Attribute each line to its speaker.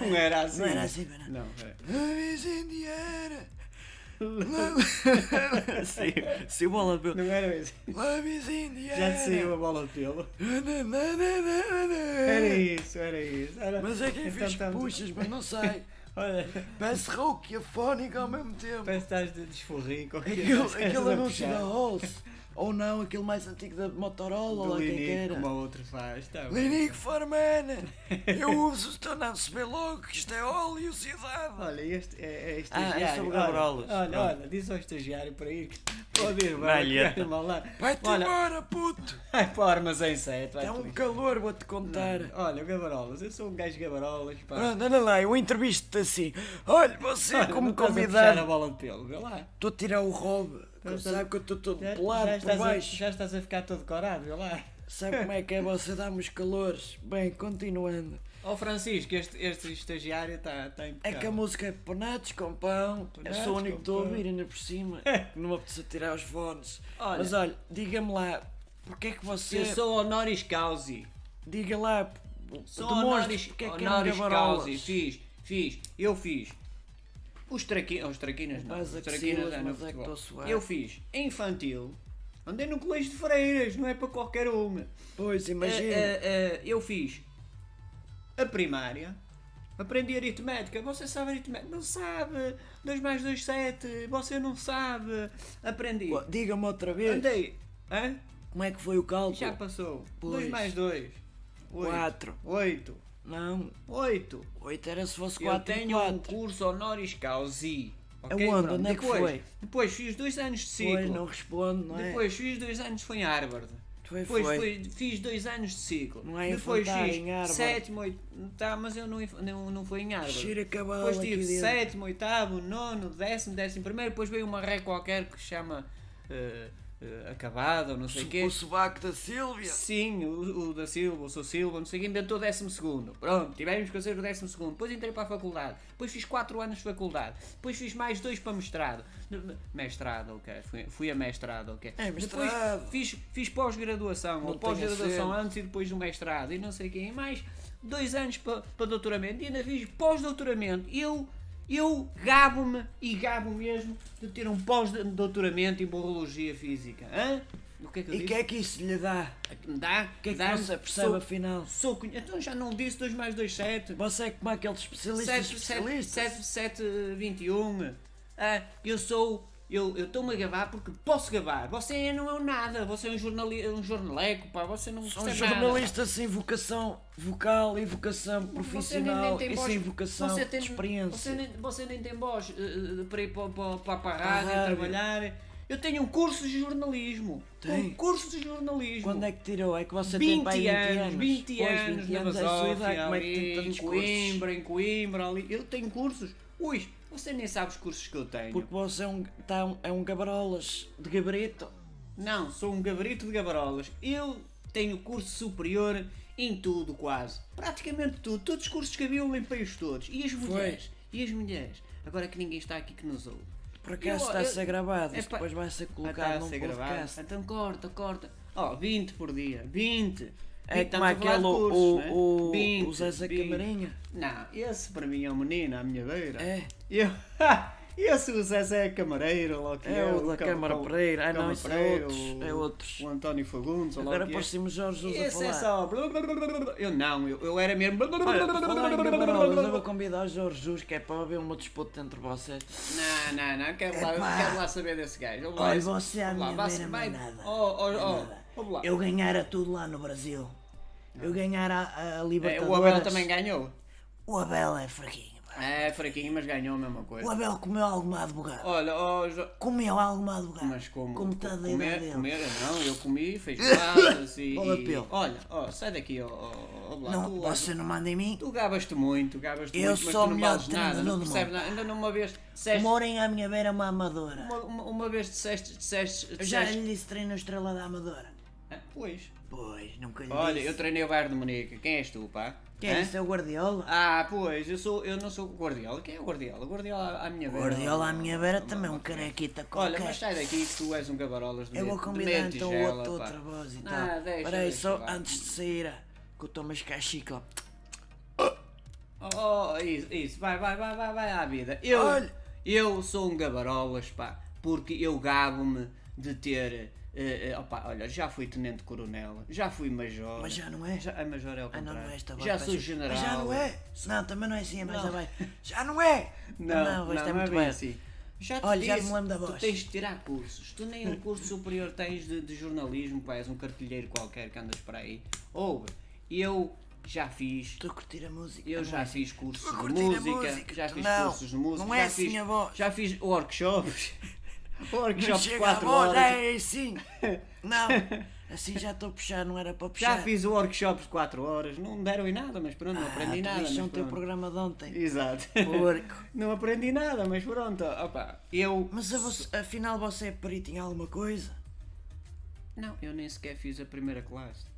Speaker 1: Não era assim.
Speaker 2: Não era assim, não.
Speaker 1: Não, é.
Speaker 2: Love is in the air. Love- Sim, sim, bola de pelo.
Speaker 1: Não era mesmo.
Speaker 2: Love is in the air.
Speaker 1: Já te saiu a bola de pelo. Era
Speaker 2: Era
Speaker 1: isso, era isso. Era...
Speaker 2: Mas é quem
Speaker 1: Então,
Speaker 2: fez
Speaker 1: estamos-
Speaker 2: puxas, mas não sei.
Speaker 1: Olha,
Speaker 2: Parece rouco e afónico ao mesmo tempo.
Speaker 1: parece é que estás de desforrico.
Speaker 2: Aquele, aquele anúncio da Rolls. Ou não, aquele mais antigo da Motorola,
Speaker 1: Do
Speaker 2: lá quem que
Speaker 1: Linico,
Speaker 2: era.
Speaker 1: como a outra faz. Tá bem.
Speaker 2: Linico Farman, eu uso o teu nome, se vê logo que isto é oleosidade.
Speaker 1: Olha, este é, é
Speaker 2: Ah, este é o
Speaker 1: estagiário.
Speaker 2: Gabriolas.
Speaker 1: olha, olha,
Speaker 2: Pronto.
Speaker 1: olha, diz ao estagiário para ir. que Pode ir, vai.
Speaker 2: Malheta.
Speaker 1: vai mal lá.
Speaker 2: Vai-te
Speaker 1: Olha,
Speaker 2: embora, puto.
Speaker 1: vai para o armazém 7. Vai
Speaker 2: É um
Speaker 1: tu.
Speaker 2: calor, vou-te contar.
Speaker 1: Olha, o Gabarolas, eu sou um gajo Gabarolas. Pá.
Speaker 2: Pronto, olha lá, eu entrevisto-te assim. Olha, você
Speaker 1: Olha,
Speaker 2: como
Speaker 1: não estás a puxar a
Speaker 2: convidado.
Speaker 1: bola de pelo, vê lá.
Speaker 2: Estou a tirar o Rob.
Speaker 1: Não, estás-
Speaker 2: Sabe que eu estou todo
Speaker 1: Já, já,
Speaker 2: pelado por
Speaker 1: estás a,
Speaker 2: baixo.
Speaker 1: já estás a ficar todo corado, vê lá.
Speaker 2: Sabe como é que é você dá-me os calores? Bem, continuando.
Speaker 1: Ó Francisco, este, este estagiário está tá
Speaker 2: É que a
Speaker 1: impecável.
Speaker 2: música é Penados com pão. Eu
Speaker 1: Penados
Speaker 2: sou o único
Speaker 1: com
Speaker 2: que estou a
Speaker 1: pão.
Speaker 2: ouvir ainda por cima. Não me apetece tirar os fones.
Speaker 1: Olha.
Speaker 2: Mas olha, diga-me lá, porque é que você.
Speaker 1: Eu sou honoris causi.
Speaker 2: Diga lá,
Speaker 1: Sou
Speaker 2: demonstre
Speaker 1: honoris,
Speaker 2: porque é que é um
Speaker 1: honoris causi.
Speaker 2: gabarolas.
Speaker 1: Fiz, fiz, eu fiz. Os, traqui, os traquinas não,
Speaker 2: Mas
Speaker 1: os
Speaker 2: axilas,
Speaker 1: traquinas é no
Speaker 2: mas é que
Speaker 1: futebol.
Speaker 2: estou a suar.
Speaker 1: Eu fiz infantil. Andei no colégio de freiras, não é para qualquer uma.
Speaker 2: Pois,
Speaker 1: Eh,
Speaker 2: imagina.
Speaker 1: eh, eh, eu fiz a primária, aprendi aritmética. Você sabe aritmética? Não sabe. 2 mais 2, 7. Você não sabe. Aprendi.
Speaker 2: Pô, Diga-me outra vez,
Speaker 1: Andei. Hã?
Speaker 2: como é que foi o cálculo?
Speaker 1: Já passou.
Speaker 2: Pois.
Speaker 1: 2 mais 2. 8.
Speaker 2: Quatro.
Speaker 1: 8.
Speaker 2: Não,
Speaker 1: 8.
Speaker 2: 8 era se fosse
Speaker 1: Eu
Speaker 2: 4 e
Speaker 1: tenho um
Speaker 2: 4.
Speaker 1: curso honoris causi. ok?
Speaker 2: Aonde?
Speaker 1: Pronto.
Speaker 2: Onde é que
Speaker 1: depois,
Speaker 2: foi?
Speaker 1: Depois fiz dois anos de ciclo.
Speaker 2: Pois, não responde, não é?
Speaker 1: Depois fiz dois anos foi em Harvard.
Speaker 2: Foi,
Speaker 1: Depois
Speaker 2: foi.
Speaker 1: fui- fiz dois anos de ciclo.
Speaker 2: Não é em
Speaker 1: Depois
Speaker 2: Fontar,
Speaker 1: fiz
Speaker 2: em Harvard.
Speaker 1: sétimo, oitavo. Tá, mas eu não, inf- não, não fui em Harvard.
Speaker 2: Cheira cabal
Speaker 1: Depois
Speaker 2: aqui
Speaker 1: tive
Speaker 2: dentro.
Speaker 1: sétimo, oitavo, nono, décimo, décimo primeiro. Depois veio uma ré qualquer que se chama eh, eh, Acabado, ou não sei é o quê.
Speaker 2: O sovaco da Silvia.
Speaker 1: Sim, o, o da Silva, o seu Silva, não sei quem, inventou o décimo segundo. Pronto, tivemos que fazer o décimo segundo. Depois entrei para a faculdade. Depois fiz 4 anos de faculdade. Depois fiz mais dois para mestrado. De- Mestrado, ok. Fui, fui a mestrado, ok.
Speaker 2: É, mestrado.
Speaker 1: Depois fiz, fiz pós-graduação, ou
Speaker 2: tenho
Speaker 1: pós-graduação
Speaker 2: acento.
Speaker 1: antes e depois do mestrado. E não sei quem. E mais dois anos para, para doutoramento. E ainda fiz pós-doutoramento. Eu... Eu gabo-me e gabo mesmo de ter um pós-doutoramento em Borrologia Física. Hã? O que é que eu
Speaker 2: E o
Speaker 1: disse?
Speaker 2: que é que isso lhe dá?
Speaker 1: Dá,
Speaker 2: O que é que
Speaker 1: dá
Speaker 2: você percebe
Speaker 1: sou,
Speaker 2: afinal?
Speaker 1: sou conhe- Então já não disse 2 mais 2, 7.
Speaker 2: Você é como aquele especialista
Speaker 1: 7, 7,
Speaker 2: especialista.
Speaker 1: 7, 21. Ah, eu sou. Eu eu estou-me a gabar porque posso gabar. Você não é um nada, você é um, jornali, um jornaleco, pá. Você não
Speaker 2: São
Speaker 1: percebe nada.
Speaker 2: jornalistas sem vocação vocal e vocação
Speaker 1: Você nem, nem
Speaker 2: profissional
Speaker 1: tem
Speaker 2: e
Speaker 1: voz.
Speaker 2: sem vocação
Speaker 1: você
Speaker 2: de
Speaker 1: tem, Você
Speaker 2: experiência.
Speaker 1: nem, você nem tem voz eh, eh, para ir para, para, para, para a rádio
Speaker 2: rádio.
Speaker 1: trabalhar. Eu tenho um curso de jornalismo.
Speaker 2: Tem?
Speaker 1: Um curso de jornalismo.
Speaker 2: Quando é que tirou? É que você tem
Speaker 1: 20
Speaker 2: pai 20
Speaker 1: anos,
Speaker 2: anos.
Speaker 1: 20
Speaker 2: Pois,
Speaker 1: anos,
Speaker 2: 20
Speaker 1: na
Speaker 2: anos é a sua idade.
Speaker 1: Basófia,
Speaker 2: Como é que tem
Speaker 1: ali, em
Speaker 2: tantos cursos?
Speaker 1: Coimbra, em Coimbra, ali. Eu tenho cursos. Ui, você nem sabe os cursos que eu tenho.
Speaker 2: Porque você é um, tá um- é um gabarolas de gabarito.
Speaker 1: Não, sou um gabarito de gabarolas. Eu tenho curso superior em tudo, quase. Praticamente tudo. Todos os cursos que havia eu limpei-os todos. E as mulheres? E as mulheres? Agora que ninguém está aqui que nos ouve.
Speaker 2: Por acaso
Speaker 1: Eu-
Speaker 2: está a
Speaker 1: eu-
Speaker 2: ser gravado. Isto
Speaker 1: Epá,
Speaker 2: depois vai ser
Speaker 1: Ah,
Speaker 2: colocado
Speaker 1: está a
Speaker 2: num
Speaker 1: ser gravado.
Speaker 2: podcast.
Speaker 1: Então corta, corta. Ó, 20 por dia. 20.
Speaker 2: É
Speaker 1: Então,
Speaker 2: como
Speaker 1: estamos a falar
Speaker 2: aquele,
Speaker 1: de
Speaker 2: o,
Speaker 1: cursos,
Speaker 2: o,
Speaker 1: né?
Speaker 2: o,
Speaker 1: 20,
Speaker 2: o Zezé
Speaker 1: 20.
Speaker 2: Camarinha.
Speaker 1: Não, esse para mim é um menino à minha beira.
Speaker 2: É.
Speaker 1: Eu, esse o Zezé Camareiro, lá que
Speaker 2: É o da
Speaker 1: Cam-
Speaker 2: Câmara
Speaker 1: Cam-
Speaker 2: Pereira. Ah, não,
Speaker 1: Câmara
Speaker 2: isso é
Speaker 1: Pereira,
Speaker 2: outros,
Speaker 1: o-
Speaker 2: é outros.
Speaker 1: O António Fagundes, ou lá
Speaker 2: Agora
Speaker 1: o que é.
Speaker 2: parecemos Jorge Jesus a
Speaker 1: Esse é
Speaker 2: falar.
Speaker 1: só. Eu não, eu, eu era mesmo.
Speaker 2: Olha, falar em gabarolas, eu vou convidar o Jorge Jesus que é para haver uma disputa entre vocês.
Speaker 1: Não, não, não, quero lá,
Speaker 2: Epá.
Speaker 1: quero lá saber desse gajo. Vamos lá,
Speaker 2: Olha,
Speaker 1: esse-
Speaker 2: você à
Speaker 1: vamos lá,
Speaker 2: minha
Speaker 1: vá-
Speaker 2: beira não é
Speaker 1: vai-
Speaker 2: nada.
Speaker 1: Oh, oh,
Speaker 2: Não é
Speaker 1: oh,
Speaker 2: nada.
Speaker 1: vamos lá.
Speaker 2: Eu ganhara tudo lá no Brasil. Eu ganhara a, a
Speaker 1: É,
Speaker 2: Libertadores.
Speaker 1: o Abel também ganhou.
Speaker 2: O Abel é fraquinho. pá.
Speaker 1: É, fraquinho, mas ganhou a mesma
Speaker 2: O
Speaker 1: coisa.
Speaker 2: Abel comeu alguma advogada.
Speaker 1: Olha, oh, Jo-
Speaker 2: Comeu alguma advogada.
Speaker 1: Mas como.
Speaker 2: é
Speaker 1: é-
Speaker 2: Como está a
Speaker 1: comer,
Speaker 2: dele.
Speaker 1: comer, não, eu comi feijoadas e.
Speaker 2: Bola
Speaker 1: e-
Speaker 2: de pelo.
Speaker 1: Olha, ó, sai daqui, ó. ó, ó, lá,
Speaker 2: Não,
Speaker 1: tu, ó,
Speaker 2: você não manda em mim.
Speaker 1: tu gabas-te muito, gabas-te
Speaker 2: Eu
Speaker 1: muito, mas
Speaker 2: sou
Speaker 1: tu
Speaker 2: o
Speaker 1: não
Speaker 2: melhor
Speaker 1: vales nada, não
Speaker 2: treinador do
Speaker 1: percebes
Speaker 2: mundo.
Speaker 1: nada. Ainda não uma vez disseste.
Speaker 2: Morem à minha beira uma amadora.
Speaker 1: Uma, uma, uma vez disseste. disseste,
Speaker 2: Eu já
Speaker 1: disseste-
Speaker 2: lhe disse treino estrela da amadora.
Speaker 1: Ah, pois.
Speaker 2: Pois, nunca lhe
Speaker 1: Olha,
Speaker 2: disse.
Speaker 1: eu treinei o Bayern de Munique. Quem és tu, pá?
Speaker 2: Quem é
Speaker 1: Hã?
Speaker 2: isso? É o Guardiola?
Speaker 1: Ah, pois, eu, sou, eu não sou o Guardiola. Quem é o Guardiola? O Guardiola à minha beira.
Speaker 2: Guardiola à minha beira também, um carequita qualquer.
Speaker 1: Ah, Olha, mas sai daqui que tu és um gabarolas de
Speaker 2: Eu vou
Speaker 1: medo- de
Speaker 2: combinar
Speaker 1: medo
Speaker 2: então
Speaker 1: tigela,
Speaker 2: outro,
Speaker 1: pá.
Speaker 2: outra voz e
Speaker 1: Não,
Speaker 2: tal. Peraí,
Speaker 1: deixa, deixa
Speaker 2: só
Speaker 1: lá.
Speaker 2: antes de sair, que eu tomo as cachicla.
Speaker 1: Oh, isso, isso, vai, vai, vai, vai, vai à vida. Eu,
Speaker 2: Olha.
Speaker 1: eu sou um gabarolas, pá, porque eu gabo-me de ter. eh, eh, opá, olha, já fui tenente-coronel, já fui major.
Speaker 2: Mas já não é.
Speaker 1: Já, a major é
Speaker 2: Ah,
Speaker 1: o
Speaker 2: não,
Speaker 1: contrário.
Speaker 2: não é esta
Speaker 1: já
Speaker 2: voz,
Speaker 1: sou
Speaker 2: peço-
Speaker 1: general.
Speaker 2: Mas já não é. Não, também não é assim, é mais
Speaker 1: Não.
Speaker 2: abaixo. Já não é.
Speaker 1: Não,
Speaker 2: não,
Speaker 1: não,
Speaker 2: isto é
Speaker 1: não
Speaker 2: muito
Speaker 1: bem
Speaker 2: bem.
Speaker 1: assim. Já te
Speaker 2: Olha, já
Speaker 1: disse,
Speaker 2: me lembro da
Speaker 1: tu
Speaker 2: voz.
Speaker 1: tens de tirar cursos. Tu nem um curso superior tens de, de jornalismo, pá, és um cartilheiro qualquer que andas para aí. Ouve, eu já fiz
Speaker 2: Estou a curtir a música. é?
Speaker 1: eu
Speaker 2: a
Speaker 1: já
Speaker 2: música.
Speaker 1: fiz cursos
Speaker 2: Estou a
Speaker 1: de
Speaker 2: curtir a
Speaker 1: música,
Speaker 2: música,
Speaker 1: já
Speaker 2: tu
Speaker 1: fiz
Speaker 2: não.
Speaker 1: cursos de música,
Speaker 2: Não é
Speaker 1: já
Speaker 2: assim
Speaker 1: fiz,
Speaker 2: a voz.
Speaker 1: já fiz workshops,
Speaker 2: Não
Speaker 1: workshops de
Speaker 2: chega a
Speaker 1: 4
Speaker 2: voz,
Speaker 1: horas,
Speaker 2: é assim. Não, assim já estou a puxar, não era para puxar.
Speaker 1: já fiz workshops de 4 horas, não me deram em nada, mas pronto, não
Speaker 2: Ah,
Speaker 1: aprendi
Speaker 2: tu
Speaker 1: nada.
Speaker 2: viste
Speaker 1: mas
Speaker 2: o teu
Speaker 1: pronto.
Speaker 2: programa de ontem.
Speaker 1: Exato.
Speaker 2: Porco.
Speaker 1: Não aprendi nada, mas pronto, opa, eu...
Speaker 2: Mas a você- afinal você é perito em alguma coisa?
Speaker 1: Não, eu nem sequer fiz a primeira classe.